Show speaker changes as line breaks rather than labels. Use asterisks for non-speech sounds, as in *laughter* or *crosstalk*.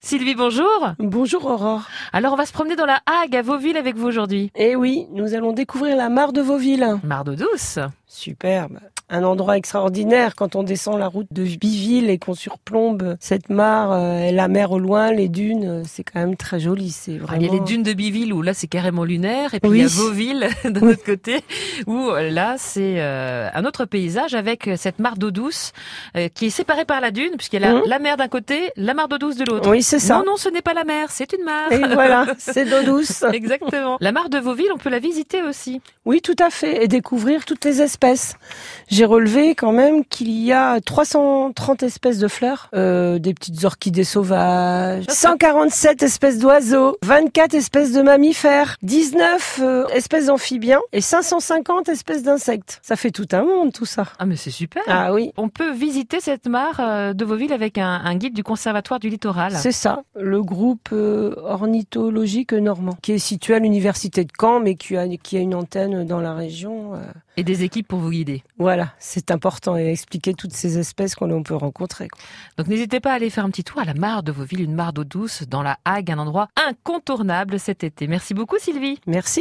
Sylvie, bonjour.
Bonjour Aurore.
Alors, on va se promener dans la Hague à Vauville avec vous aujourd'hui.
Eh oui, nous allons découvrir la mare de Vauville.
Mare d'eau douce.
Superbe. Un endroit extraordinaire quand on descend la route de Biville et qu'on surplombe cette mare euh, et la mer au loin, les dunes, euh, c'est quand même très joli, c'est
Alors,
vraiment...
Ah, Il y a les dunes de Biville où là, c'est carrément lunaire. Et puis,
Oui.
il y a Vauville *laughs* de l'autre côté où euh, là, c'est euh, un autre paysage avec euh, cette mare d'eau douce euh, qui est séparée par la dune puisqu'il y a la,
Mhm.
la mer d'un côté, la mare d'eau douce de l'autre.
Oui, c'est ça.
Non, non, ce n'est pas la mer, c'est une mare.
Et voilà, c'est d'eau douce.
*laughs* Exactement. La mare de Vauville, on peut la visiter aussi.
Oui, tout à fait, et découvrir toutes les espèces. J'ai relevé quand même qu'il y a 330 espèces de fleurs, euh, des petites orchidées sauvages, 147 espèces d'oiseaux, 24 espèces de mammifères, 19 euh, espèces d'amphibiens et 550 espèces d'insectes. Ça fait tout un monde tout ça.
Ah, mais c'est super.
Ah oui,
On peut visiter cette mare euh, de Vauville avec un, un guide du Conservatoire du Littoral.
c'est ça, le groupe euh, ornithologique normand, qui est situé à l'université de Caen, mais qui a, qui a une antenne dans la région. euh,
Et des équipes pour vous guider.
Voilà, c'est important et expliquer toutes ces espèces qu'on on peut rencontrer. quoi.
Donc n'hésitez pas à aller faire un petit tour à la mare de Vauville, une mare d'eau douce dans la Hague, un endroit incontournable cet été. Merci beaucoup Sylvie.
Merci.